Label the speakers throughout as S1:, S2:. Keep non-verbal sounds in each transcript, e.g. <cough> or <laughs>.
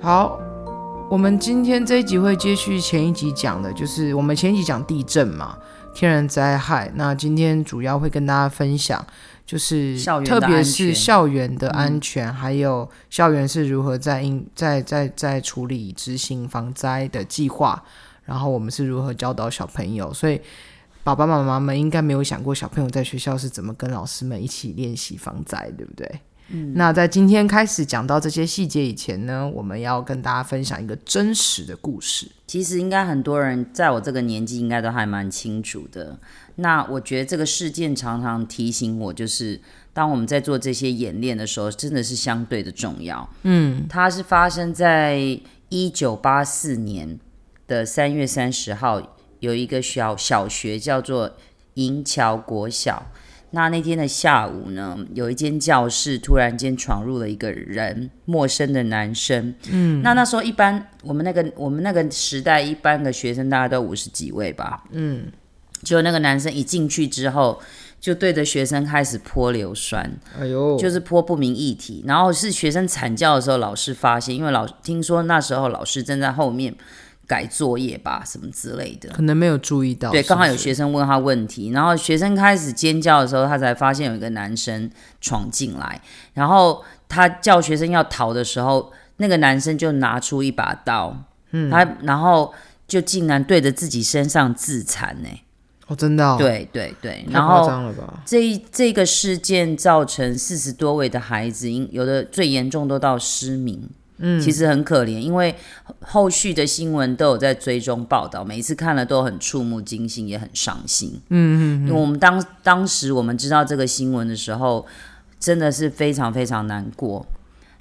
S1: 好，我们今天这一集会接续前一集讲的，就是我们前一集讲地震嘛，天然灾害。那今天主要会跟大家分享，就是
S2: 校园的
S1: 特别是
S2: 安全
S1: 校园
S2: 嗯
S1: 的安全，还有校园是如何在应在在在处理执行防灾的计划，然后我们是如何教导小朋友。所以爸爸妈妈们应该没有想过，小朋友在学校是怎么跟老师们一起练习防灾，对不对？
S2: 嗯
S1: 那在今天开始讲到这些细节以前呢，我们要跟大家分享一个真实的故事。
S2: 其实应该很多人在我这个年纪应该都还蛮清楚的。那我觉得这个事件常常提醒我，就是当我们在做这些演练的时候，真的是相对的重要。嗯，它是发生在一九八四年的三月三十号，有一个小小学叫做银桥国小。那那天的下午呢，有一间教室突然间闯入了一个人，陌生的男生。那那时候一般我们那个我们那个时代一般的学生大概都五十几位吧，嗯，结果那个男生一进去之后，就对着学生开始泼硫酸，
S1: 哎呦
S2: 就是泼不明液体，然后是学生惨叫的时候，老师发现，因为老听说那时候老师正在后面改作业吧，什么之类的，
S1: 可能没有注意到，
S2: 对，刚好有
S1: 哦是
S2: 学生问他问题，然后学生开始尖叫的时候，他才发现有一个男生闯进来，然后他叫学生要逃的时候，那个男生就拿出一把刀，嗯，他然后就竟然对着自己身上自残呢、
S1: 不是哦，真的、哦，，
S2: 对对对，
S1: 太
S2: 然
S1: 夸
S2: 后。
S1: 张了吧？
S2: 这一这个事件造成四十多位的孩子，因有的最严重都到失明，嗯，其实很可怜，因为后后续的新闻都有在追踪报道，每一次看了都很触目惊心，也很伤心。因为我们当当时我们知道这个新闻的时候，真的是非常非常难过。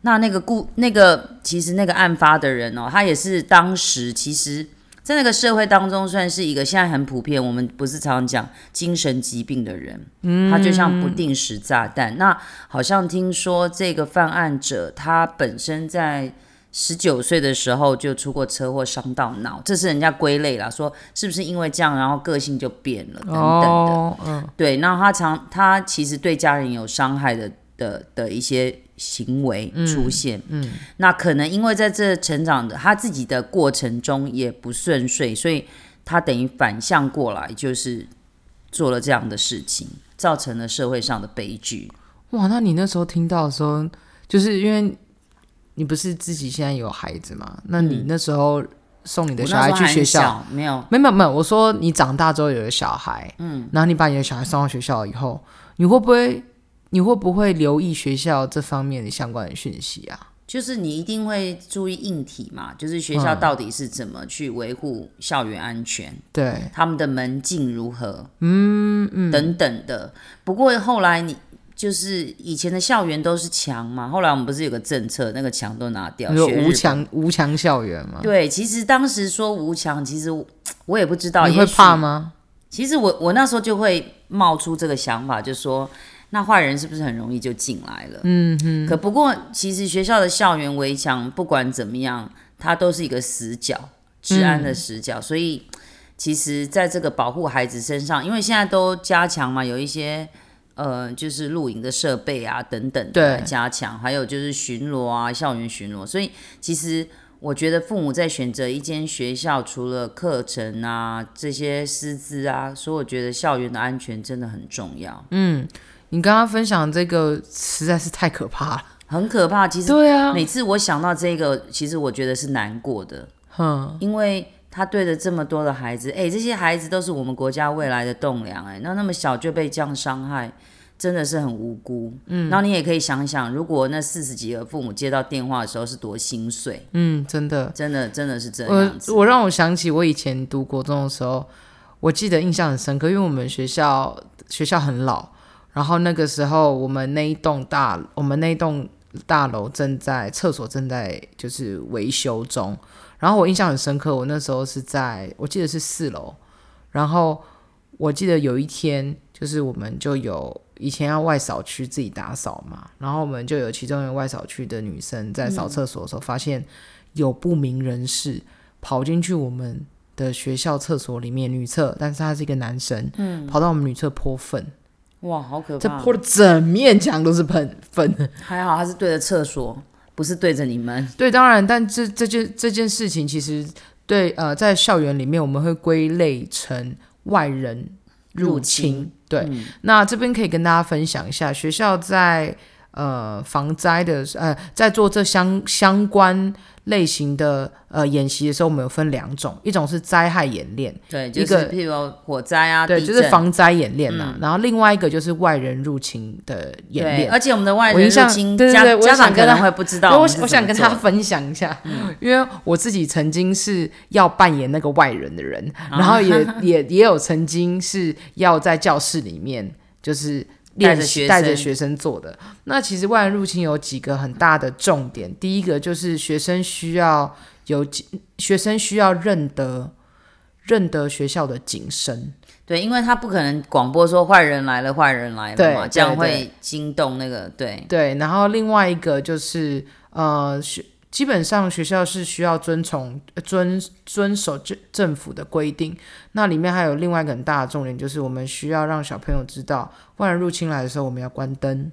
S2: 那那个故那个其实那个案发的人哦，他也是当时其实在那个社会当中算是一个现在很普遍，我们不是常常讲精神疾病的人，他就像不定时炸弹。那好像听说这个犯案者他本身在。十九岁的时候就出过车祸，伤到脑，这是人家归类啦，说是不是因为这样，然后个性就变了等等的。
S1: 哦，嗯，
S2: 对，那他常他其实对家人有伤害的的的一些行为出现嗯，那可能因为在这成长的他自己的过程中也不顺遂，所以他等于反向过来，就是做了这样的事情，造成了社会上的悲剧。
S1: 哇，那你那时候听到的时候，就是因为你不是自己现在有孩子嘛？那你那时候送你的
S2: 嗯我
S1: 小
S2: 那
S1: 孩
S2: 时候
S1: 去
S2: 还
S1: 学
S2: 很
S1: 校，
S2: 小，没有
S1: 没有没有没有，我说你长大之后有了小孩，嗯，然后你把你的小孩送到学校以后，你会不会你会不会留意学校这方面的相关的讯息啊？
S2: 就是你一定会注意硬体嘛，就是学
S1: 嗯
S2: 校到底是怎么去维护校园安全。
S1: 对，
S2: 他们的门禁如何，嗯嗯等等的。不过后来你就是以前的校园都是墙嘛，后来我们不是有个政策，那个墙都拿掉，
S1: 你说
S2: 学日
S1: 无墙无墙校园吗？
S2: 对，其实当时说无墙，其实我我也不知道，
S1: 你
S2: 也
S1: 会
S2: 许
S1: 怕吗？
S2: 其实我我那时候就会冒出这个想法，就说那坏人是不是很容易就进来了？嗯哼。可不过，其实学校的校园围墙不管怎么样，它都是一个死角，治安的死角，所以其实在这个保护孩子身上，因为现在都加强嘛，有一些。呃，就是露营的设备啊，等等的
S1: 对
S2: 来加强，还有就是巡逻啊，校园巡逻。所以其实我觉得父母在选择一间学校，除了课程啊这些师资啊，所以我觉得校园的安全真的很重要，
S1: 你刚刚分享这个实在是太可怕了。
S2: 很可怕。其实
S1: 对啊，
S2: 每次我想到这个，其实我觉得是难过的，
S1: 哼，
S2: 因为他对着这么多的孩子，哎，这些孩子都是我们国家未来的栋梁，哎，那那么小就被这样伤害。真的是很无辜，嗯，然后你也可以想想，如果那四十几个父母接到电话的时候是多心碎，
S1: 嗯，真的，
S2: 真的真的是这
S1: 我
S2: 样子。
S1: 我让我想起我以前读国中的时候，我记得印象很深刻，因为我们学校学校很老，然后那个时候我们那一栋大我们那一栋大楼正在厕所正在就是维修中，然后我印象很深刻，我那时候是在我记得是四楼，然后我记得有一天就是我们就有。以前要外扫区自己打扫嘛，然后我们就有其中一个外扫区的女生在扫厕所的时候，发现有不明人士跑进去我们的学校厕所里面女厕，但是他是一个男生，嗯，跑到我们女厕泼粪，
S2: 哇，好可
S1: 这
S2: 怕！
S1: 泼的整面墙都是喷粪，
S2: 还好他是对着厕所，不是对着你们。
S1: 对，当然，但这这件这件事情，其实对呃，在校园里面，我们会归类成外人入
S2: 入侵
S1: 对，那这边可以跟大家分享一下，学校在呃防灾的呃，在做这相相关类型的呃演习的时候，我们有分两种，一种是灾害演练，
S2: 对，
S1: 一
S2: 就是
S1: 个
S2: 譬如火灾啊，
S1: 对，
S2: 地
S1: 就是
S2: 震
S1: 防灾演练呐、然后另外一个就是外人入侵的演
S2: 对，
S1: 练。
S2: 而且我们的外
S1: 我
S2: 人
S1: 印象
S2: 入侵，
S1: 对对
S2: 家
S1: 对我
S2: 家
S1: 想
S2: 长可
S1: 跟
S2: 能
S1: 他
S2: 会不知
S1: 因
S2: 道
S1: 为我
S2: 们是
S1: 我想
S2: 怎
S1: 跟
S2: 么
S1: 他
S2: 做的
S1: 分享一下，
S2: 嗯
S1: 因为我自己曾经是要扮演那个外人的人，
S2: 啊
S1: 然后也 <laughs> 也也有曾经是要在教室里面就是
S2: 带着
S1: 练习
S2: 学
S1: 带着
S2: 生
S1: 学生做的。那其实外人入侵有几个很大的重点，第一个就是学生需要有警学生需要认得认得学校的警声，
S2: 对，因为他不可能广播说坏人来了，坏人来了
S1: 对
S2: 嘛，
S1: 对
S2: 这样
S1: 对
S2: 会惊动那个对。
S1: 对，然后另外一个就是呃学。基本上学校是需要遵从呃遵遵守政政府的规定，那里面还有另外一个很大的重点，就是我们需要让小朋友知道，外人入侵来的时候，我们要关灯。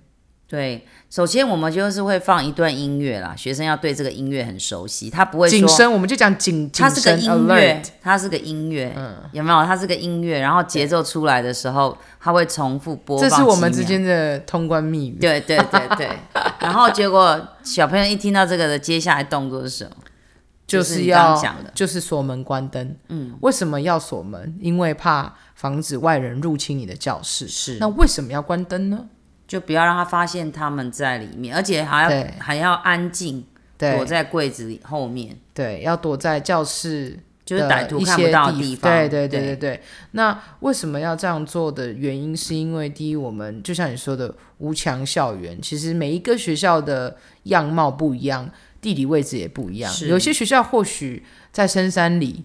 S2: 对，首先我们就是会放一段音乐啦，学生要对这个音乐很熟悉，他不会
S1: 警
S2: 说
S1: 声，我们就讲警，
S2: 它
S1: 警
S2: 是个
S1: 声
S2: 音
S1: alert 嗯
S2: 乐。，它是个音乐，有没有？它是个音乐，然后节奏出来的时候，它会重复播
S1: 这
S2: 放。
S1: 是我们之。间的通关密语。
S2: 对对对对，然后结果小朋友一听到这个的接下来动作是什么？
S1: 就
S2: 就是
S1: 是
S2: 你刚
S1: 要
S2: 刚讲的
S1: 就是锁门关灯。嗯，为什么要锁门？因为怕防止外人入侵你的教室。
S2: 是
S1: 那为什么要关灯呢？
S2: 就不要让他发现他们在里面，而且还
S1: 对
S2: 要还要安静，躲
S1: 对
S2: 在柜子里后面，
S1: 对，要躲在教室
S2: 就是
S1: 的
S2: 歹徒
S1: 一
S2: 看不
S1: 些
S2: 到的
S1: 地
S2: 地方。
S1: 对对对对对。那为什么要这样做的原因，是因为第一，我们就像你说的无墙校园，其实每一个学校的样貌不一样，地理位置也不一样。
S2: 是
S1: 有些学校或许在深山里，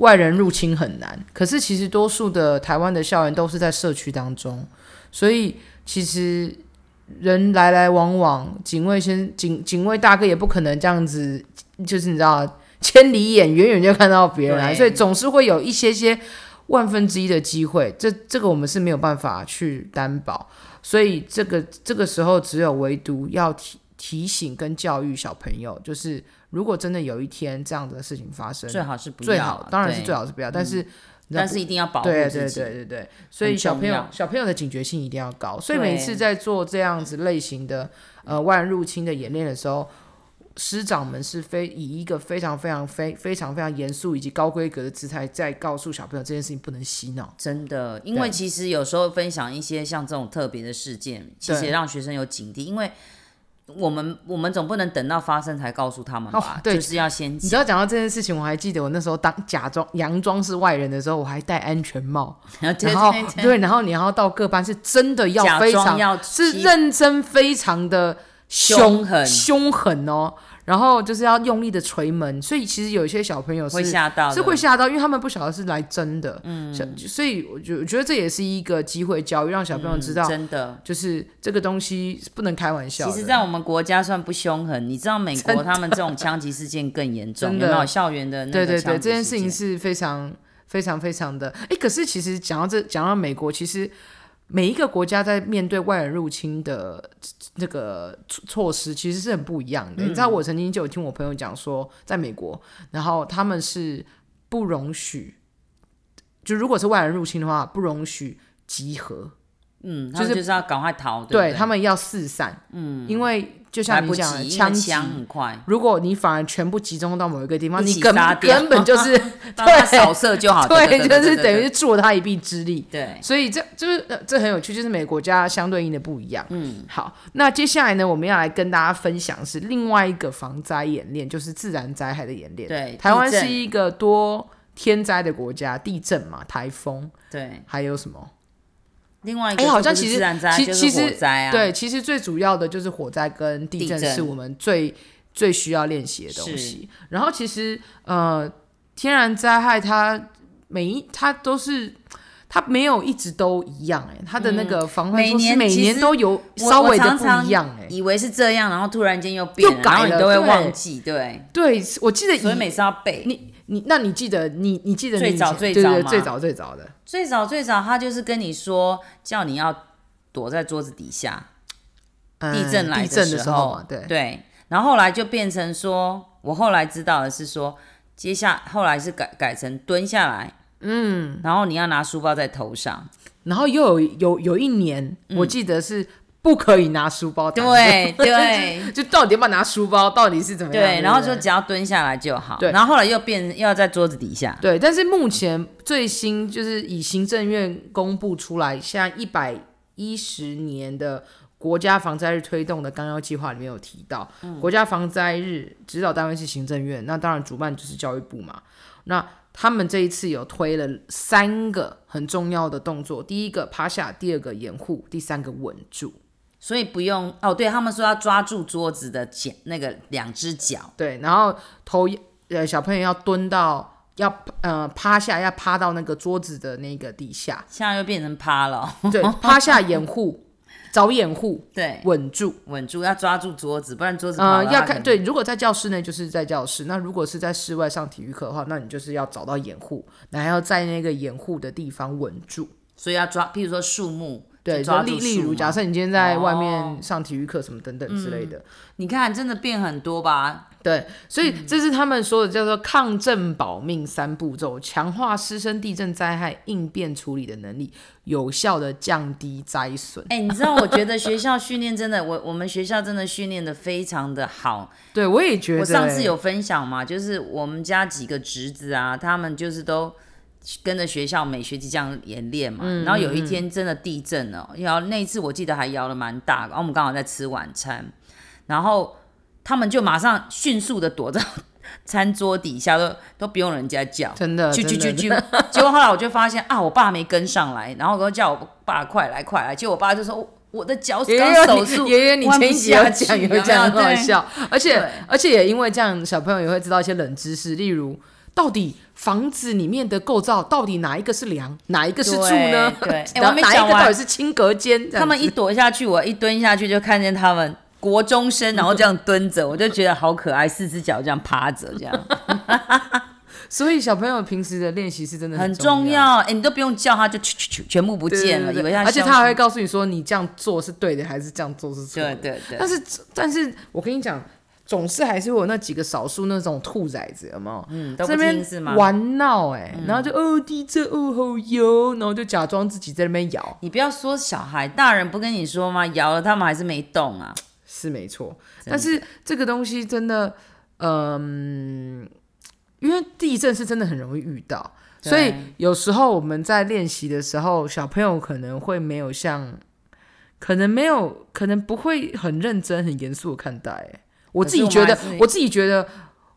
S1: 外人入侵很难，可是其实多数的台湾的校园都是在社区当中，所以其实。人来来往往，警卫先警警卫大哥也不可能这样子，就是你知道，千里眼远远就看到别人来，
S2: 对
S1: 所以总是会有一些些万分之一的机会，这这个我们是没有办法去担保，所以这个这个时候只有唯独要提提醒跟教育小朋友，就是如果真的有一天这样的事情发生，
S2: 最好是不要啊，
S1: 最好当然是
S2: 对
S1: 最，好是不要，但是你知道
S2: 但是一定要保护
S1: 对
S2: 自
S1: 对
S2: 己。
S1: 对对对，所以
S2: 很
S1: 小
S2: 重
S1: 朋友
S2: 要
S1: 小朋友的警觉性一定要高。所以
S2: 对
S1: 每次在做这样子类型的呃外人入侵的演练的时候，师长们是非以一个非常非常非非常非常严肃以及高规格的姿态，在告诉小朋友这件事情不能洗脑。
S2: 真的，因为其实有时候分享一些像这种特别的事件，其实也让学生有警惕，因为我们我们总不能等到发生才告诉他们吧，
S1: 哦对
S2: 就是要先
S1: 你
S2: 讲。
S1: 知道讲到这件事情，我还记得我那时候当假装佯装是外人的时候，我还戴安全帽，
S2: 然后 <laughs> 对
S1: 然后
S2: 对对
S1: 对，然后你要到各班是真的 <laughs> 要
S2: 假
S1: 非
S2: 装
S1: 常
S2: 要
S1: 是
S2: 欺
S1: 认真非常的
S2: 凶狠
S1: 凶狠哦，然后就是要用力的捶门，所以其实有一些小朋友是
S2: 会吓到的，
S1: 是会吓到，因为他们不晓得是来真的，嗯，所以我觉我觉得这也是一个机会教育，让小朋友知道，
S2: 嗯真的。
S1: 就是这个东西是不能开玩笑
S2: 其
S1: 的。
S2: 实，在我们国家算不凶狠，你知道美国他们这种枪击事件更
S1: <laughs>
S2: 严重，
S1: 真
S2: 有
S1: 的
S2: 没有校园的那
S1: 对
S2: 个
S1: 对对，
S2: 枪
S1: 这
S2: 击
S1: 件事情是非常非常非常的。哎，可是其实讲到这，讲到美国，其实每一个国家在面对外人入侵的那个措措施，其实是很不一样的。你知
S2: 嗯
S1: 道，我曾经就有听我朋友讲说，在美国，然后他们是不容许，就如果是外人入侵的话，不容许集合，
S2: 嗯，
S1: 就
S2: 他们
S1: 是
S2: 就是要赶快逃，
S1: 对
S2: 不对
S1: 他们要四散，嗯，因为就
S2: 来
S1: 像你
S2: 不及，
S1: 讲的，
S2: 因为
S1: 枪击
S2: 枪。很快，
S1: 如果你反而全部集中到某一个地方，
S2: 一
S1: 你
S2: 起
S1: 根
S2: 杀掉
S1: 根本就是
S2: 帮他扫射就好。对，
S1: 对，
S2: 对
S1: 就是
S2: 对
S1: 啊等于
S2: 对
S1: 是助了他一臂之力。
S2: 对。
S1: 所以这就是呃这很有趣，就是每个国家相对应的不一样。嗯，好，那接下来呢，我们要来跟大家分享是另外一个防灾演练，就是自然灾害的演练。
S2: 对
S1: 台湾
S2: 地震
S1: 是一个多天灾的国家，地震嘛，台风，
S2: 对，
S1: 还有什么？
S2: 另外一
S1: 哎
S2: 个
S1: 好
S2: 就
S1: 像
S2: 不是
S1: 其实
S2: 自然灾
S1: 其
S2: 就是
S1: 其实
S2: 火灾啊，
S1: 对，其实最主要的就是火灾跟地震
S2: 地震
S1: 是我们最最需要练习的东西。然后其实呃，天然灾害它每一它都是。它没有一直都一样哎、它的那个防范
S2: 嗯每
S1: 措施
S2: 年
S1: 每
S2: 其
S1: 年
S2: 实
S1: 都有
S2: 我
S1: 稍微
S2: 我
S1: 的
S2: 常
S1: 不
S2: 常
S1: 一样哎、
S2: 以为是这样，然后突然间又变
S1: 又改
S2: 然后你
S1: 了
S2: 都会
S1: 对
S2: 忘记，对，
S1: 对，我记得
S2: 所以
S1: 以
S2: 每次要背。
S1: 你你那你记得你你记得你
S2: 最
S1: 以
S2: 早
S1: 前
S2: 最
S1: 对
S2: 早
S1: 对
S2: 吗
S1: 最早最早的
S2: 最早最早，他就是跟你说，叫你要躲在桌子底下，地震
S1: 嗯
S2: 来
S1: 地震
S2: 的
S1: 的
S2: 时
S1: 候嘛，
S2: 对，然后后来就变成说，我后来知道的是说，接下后来是改改成蹲下来，嗯，然后你要拿书包在头上，
S1: 然后又有有有一年，我记得是不可以拿书包打
S2: 嗯对
S1: 的，
S2: 对
S1: <laughs> 就到底要不要拿书包，到底是怎么样？
S2: 对，然后就
S1: 对
S2: 只要蹲下来就好。
S1: 对
S2: 然后后来又变要在桌子底下，
S1: 对，但是目前最新就是以行政院公布出来，像一百一十年的国家防灾日推动的纲要计划里面有提到，
S2: 嗯
S1: 国家防灾日指导单位是行政院，那当然主办就是教育部嘛。那他们这一次有推了三个很重要的动作，第一个趴下，第二个掩护，第三个稳住。
S2: 所以不用哦。对他们说要抓住桌子的脚那个两只脚，
S1: 对，然后头呃小朋友要蹲到要呃趴下，要趴到那个桌子的那个底下。
S2: 现在又变成趴了 <laughs> 哦、
S1: 对，趴下掩护，找掩护，
S2: 对，
S1: 稳住。
S2: 稳住要抓住桌子，不然桌子跑
S1: 呃，
S2: 了
S1: 要
S2: 它可
S1: 看
S2: 能
S1: 对，如果在教室内就是在教室，那如果是在室外上体育课的话，那你就是要找到掩护，然后要在那个掩护的地方稳住。
S2: 所以要抓，譬如说树木，
S1: 对，
S2: 就
S1: 就
S2: 抓
S1: 例
S2: 住
S1: 例
S2: 树
S1: 如，
S2: 嘛
S1: 假设你今天在外
S2: 哦嗯
S1: 面上体育课什么等等之类的，
S2: 你看真的变很
S1: <laughs>
S2: 多吧？
S1: 对，所
S2: 嗯
S1: 以这是他们说的叫做抗震保命三步骤，强化师生地震灾害应变处理的能力，有效的降低灾损。
S2: 哎、你知道，我觉得学校训练真的，我我们学校真的训练的非常的好。
S1: 对，我也觉得、
S2: 我上次
S1: 欸
S2: 有分享嘛，就是我们家几个侄子啊，他们就是都跟着学校每学期这样演练嘛。
S1: 嗯
S2: 然后有一天真的地震了，然后那一次我记得还摇了蛮大的，然后我们刚好在吃晚餐，然后他们就马上迅速的躲到 <laughs> 餐桌底下，都都不用人家叫。
S1: 真的，
S2: 啾啾
S1: 真
S2: 啾
S1: 的 <laughs>
S2: 啾！结果后来我就发现啊，我爸没跟上来，然后我叫我爸快来快来，结果我爸就说我我的脚
S1: 爷
S2: 刚
S1: 爷
S2: 手术，
S1: 爷爷，你
S2: 弯不
S1: 前一集有
S2: 下
S1: 讲
S2: 去
S1: 有讲很
S2: 没有
S1: 好
S2: <laughs> 对
S1: 笑，而且
S2: 对
S1: 而且也因为这样，小朋友也会知道一些冷知识，例如到底房子里面的构造到底哪一个是梁，哪一个是柱呢？
S2: 对，对哎我
S1: 然
S2: 还
S1: 后
S2: 没
S1: 哪一
S2: 讲
S1: 个到底
S2: 完，
S1: 是轻隔间？这样
S2: 他们一躲下去，我一蹲下去就看见他们国中
S1: <laughs>
S2: 生，然后这样蹲着，我就觉得好可爱，四只脚这样趴着，这样
S1: 所以小朋友平时的练习是真的
S2: 很
S1: <laughs> 重
S2: 重。要。哎，你都不用叫他，就去去去全部不
S1: 对对
S2: 见了，
S1: 对对
S2: 以为他
S1: 而且
S2: 消
S1: 他还
S2: 失
S1: 会告诉你说，你这样做是对的，还是这样做是错的
S2: 对。对对，
S1: 但是，但是我跟你讲，总是还是会有那几个少数那种兔崽子，有没有？
S2: 嗯，都
S1: 这
S2: 不
S1: 边
S2: 听是吗？嗯
S1: 玩闹哎、然后就哦地震哦好油，然后就假装自己在那边摇，
S2: 你不要说小孩，大人不跟你说吗？摇了他们还是没动啊。
S1: 是没错。但是这个东西真的，嗯，因为地震是真的很容易遇到，
S2: 对
S1: 所以有时候我们在练习的时候，小朋友可能会没有像，可能没有，可能不会很认真、很严肃的看待、欸。我
S2: 可
S1: 自
S2: 是
S1: 己
S2: 我
S1: 觉
S2: 们
S1: 得
S2: 还是，
S1: 我自己觉得，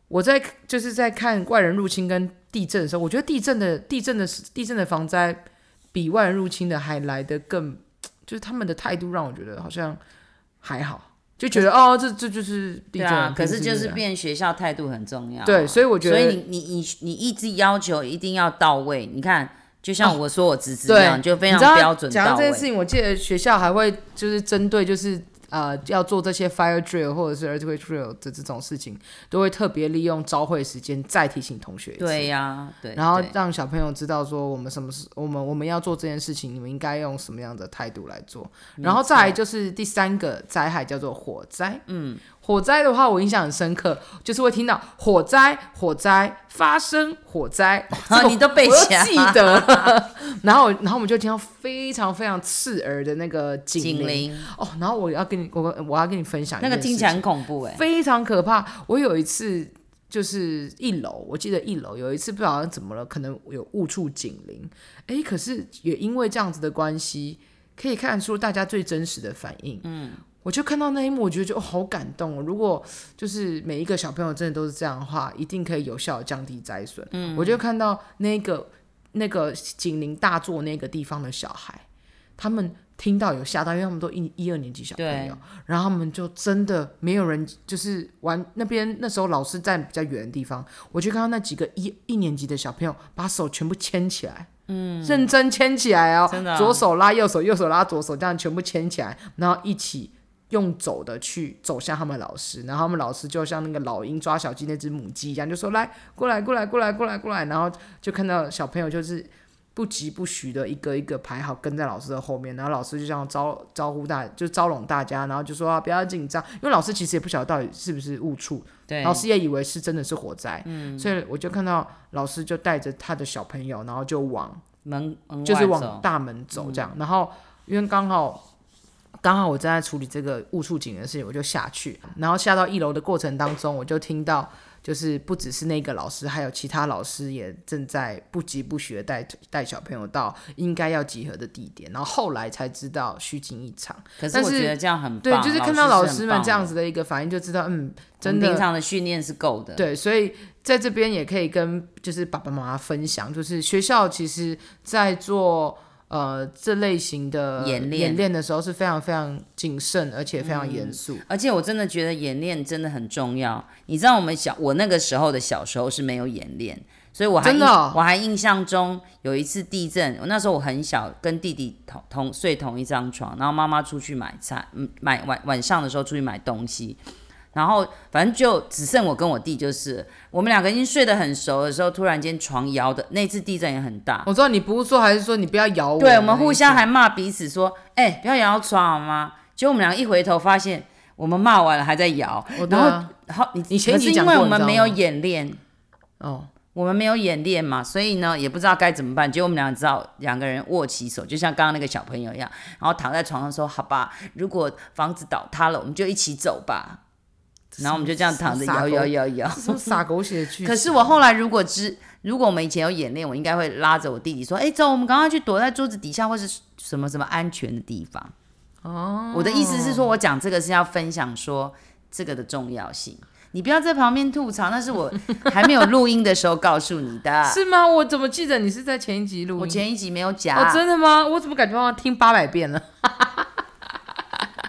S1: 我在就是在看外人入侵跟地震的时候，我觉得地震的地震的地震的防灾比外人入侵的还来得更，就是他们的态度让我觉得好像还好，就觉得哦，这这就是地
S2: 对
S1: 震，
S2: 啊，可
S1: 平时
S2: 是就是
S1: 这样
S2: 变学校态度很重要啊。
S1: 对，所以我觉
S2: 所
S1: 得
S2: 以你你你你一直要求一定要到位，你看，就像我说我侄子一
S1: 对
S2: 样，就非常
S1: 你知道
S2: 标准
S1: 讲
S2: 到
S1: 到这
S2: 位
S1: 件。事情，我记得学校还会就是针对就是呃要做这些 fire drill 或者是 earthquake drill 的这种事情，都会特别利用朝会时间再提醒同学一次。
S2: 对呀、对。
S1: 然后
S2: 对
S1: 让小朋友知道说我们什么时我们我们要做这件事情，你们应该用什么样的态度来做。然后再来就是第三个灾害叫做火灾，嗯，火灾的话我印象很深刻，就是会听到火灾火灾发生火
S2: <laughs>
S1: 灾，这个
S2: 你都背
S1: 我又
S2: 起来
S1: 记
S2: <laughs>
S1: 得。然后然后我们就听到非常非非常刺耳的那个警
S2: 警
S1: 铃
S2: 铃，
S1: 哦，然后我要跟你我我要跟你分享一
S2: 那个
S1: 件
S2: 听
S1: 事
S2: 起来很恐怖哎、
S1: 非常可怕。我有一次就是一楼，我记得一楼有一次不知道怎么了，可能有误触警铃，诶，可是也因为这样子的关系，可以看出大家最真实的反应。嗯。我就看到那一幕，我觉得就、哦、好感动哦。如果就是每一个小朋友真的都是这样的话，一定可以有效地降低灾损。嗯，我就看到那个那个警铃大作那个地方的小孩，他们听到有吓到，因为他们都一一二年级小朋
S2: 对
S1: 友，然后他们就真的没有人，就是玩那边那时候老师在比较远的地方，我就看到那几个一一年级的小朋友把手全部牵起来，嗯，认真牵起来哦，
S2: 真的啊
S1: 左手拉右手，右手拉左手，这样全部牵起来，然后一起。用走的去走向他们老师，然后他们老师就像那个老鹰抓小鸡那只母鸡一样，就说来过来过来过来过来过来，然后就看到小朋友就是不疾不徐的一个一个排好，跟在老师的后面，然后老师就这样招招呼大，就招拢大家，然后就说、啊、不要紧张，因为老师其实也不晓得到底是不是误触，
S2: 对，
S1: 老师也以为是真的是火灾，嗯，所以我就看到老师就带着他的小朋友，然后就往
S2: 门门外
S1: 就是往
S2: 走
S1: 大门走嗯这样，然后因为刚好。刚好我正在处理这个误触警的事情，我就下去，然后下到一楼的过程当中，我就听到就是不只是那个老师，还有其他老师也正在不疾不徐的带带小朋友到应该要集合的地点，然后后来才知道虚惊一场。
S2: 可是
S1: 但
S2: 我
S1: 是
S2: 觉得这样很
S1: 对，
S2: 棒，
S1: 就是看到老
S2: 老
S1: 师们这样
S2: 子，
S1: 子的一个反应，就知道嗯，
S2: 我
S1: 真
S2: 们
S1: 的
S2: 平常的训练是够的。
S1: 对，所以在这边也可以跟就是爸爸妈妈分享，就是学校其实在做呃这类型的
S2: 演练
S1: 的时候是非常非常谨慎，而且非常严肃。
S2: 而且我真的觉得演练真的很重要。你知道我们小我那个时候的小时候是没有演练，所以我还
S1: 真的
S2: 印
S1: 哦
S2: 我还印象中有一次地震，我那时候我很小，跟弟弟同同睡同一张床，然后妈妈出去买菜，嗯，买晚晚上的时候出去买东西。然后反正就只剩我跟我弟，就是我们两个已经睡得很熟的时候，突然间床摇的，那次地震也很大，
S1: 我知道你不是说还是说你不要咬我，
S2: 对，我们互相还骂彼此说：“哎、不要摇到床好吗？”结果我们两个一回头发现，我们骂完了还在摇。
S1: 我对
S2: 然
S1: 啊
S2: 后，好，你
S1: 你前
S2: 可
S1: 几
S2: 是
S1: 讲
S2: 因为
S1: 过
S2: 我
S1: 你
S2: 们
S1: 知道
S2: 没有
S1: 吗
S2: 演练，
S1: 哦，
S2: 我们没有演练嘛，所以呢也不知道该怎么办。结果我们两个知道两个人握起手，就像刚刚那个小朋友一样，然后躺在床上说：“好吧，如果房子倒塌了，我们就一起走吧。”然后我们就这样躺着
S1: 傻
S2: 摇
S1: 狗
S2: 摇摇摇。
S1: 这什么撒狗血的剧情？
S2: 可是我后来如果知，如果我们以前有演练，我应该会拉着我弟弟说：“哎、走，我们赶快去躲在桌子底下或是什么什么安全的地方。”哦，我的意思是说，我讲这个是要分享说这个的重要性。你不要在旁边吐槽，那是我还没有录音的时候告诉你的。
S1: <laughs> 是吗？我怎么记得你是在前一集录音？
S2: 啊我啊前一集没有讲，
S1: 哦，真的吗？我怎么感觉好像听八百遍了？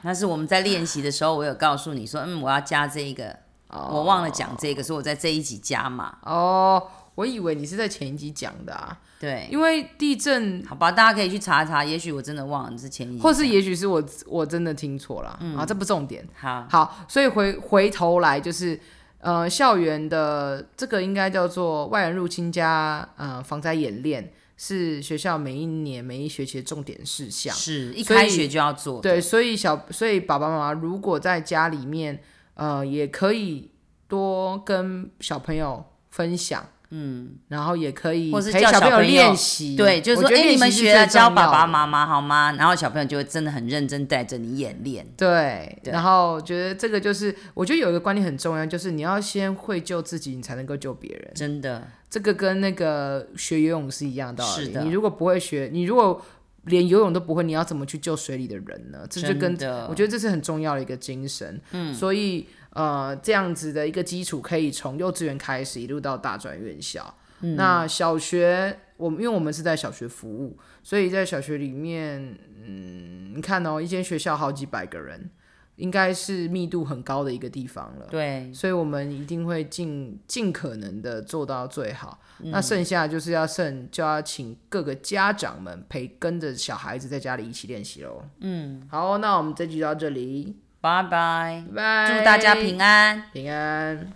S2: 那是我们在练习的时候，我有告诉你说，嗯，我要加这一个，我忘了讲这个，所以我在这一集加嘛。
S1: 哦，我以为你是在前一集讲的啊，
S2: 对，
S1: 因为地震
S2: 好吧，大家可以去查一查，也许我真的忘了，你是前一集
S1: 嗯
S2: 讲，
S1: 或是也许是我我真的听错了、
S2: 嗯
S1: 啊，这不重点。
S2: 好。
S1: 好，所以回回头来就是，呃，校园的这个应该叫做外人入侵加呃防灾演练，是学校每一年每一学期的重点事项。
S2: 是一
S1: 所
S2: 开
S1: 以
S2: 学就要做的，
S1: 对，所以小所以爸爸妈妈如果在家里面，呃，也可以多跟小朋友分享，嗯，然后也可以
S2: 或是
S1: 陪
S2: 叫
S1: 小
S2: 小
S1: 友
S2: 朋友
S1: 练习，
S2: 对，就
S1: 我
S2: 是说，
S1: 觉得
S2: 哎，你
S1: 练
S2: 们
S1: 习
S2: 学
S1: 是
S2: 了
S1: 最
S2: 教
S1: 重
S2: 爸
S1: 要
S2: 爸
S1: 的
S2: 妈妈好吗？然后小朋友就会真的很认真带着你演练，
S1: 对，
S2: 对
S1: 然后觉得这个就是，我觉得有一个观念很重要，就是你要先会救自己，你才能够救别人。
S2: 真的
S1: 这个跟那个学游泳是一样的道理。
S2: 是的
S1: 你如果不会学，你如果连游泳都不会，你要怎么去救水里的人呢？这就跟
S2: 真的
S1: 我觉得这是很重要的一个精神。嗯，所以呃，这样子的一个基础可以从幼稚园开始，一路到大专院校。那小学，我们因为我们是在小学服务，所以在小学里面，嗯，你看哦，一间学校好几百个人，应该是密度很高的一个地方了。
S2: 对，
S1: 所以我们一定会尽尽可能的做到最好。
S2: 嗯
S1: 那剩下就是要剩就要请各个家长们陪跟着小孩子在家里一起练习喽。嗯，好，那我们这集就到这里，
S2: 拜拜，
S1: 拜拜，
S2: 祝大家平安。
S1: 平安。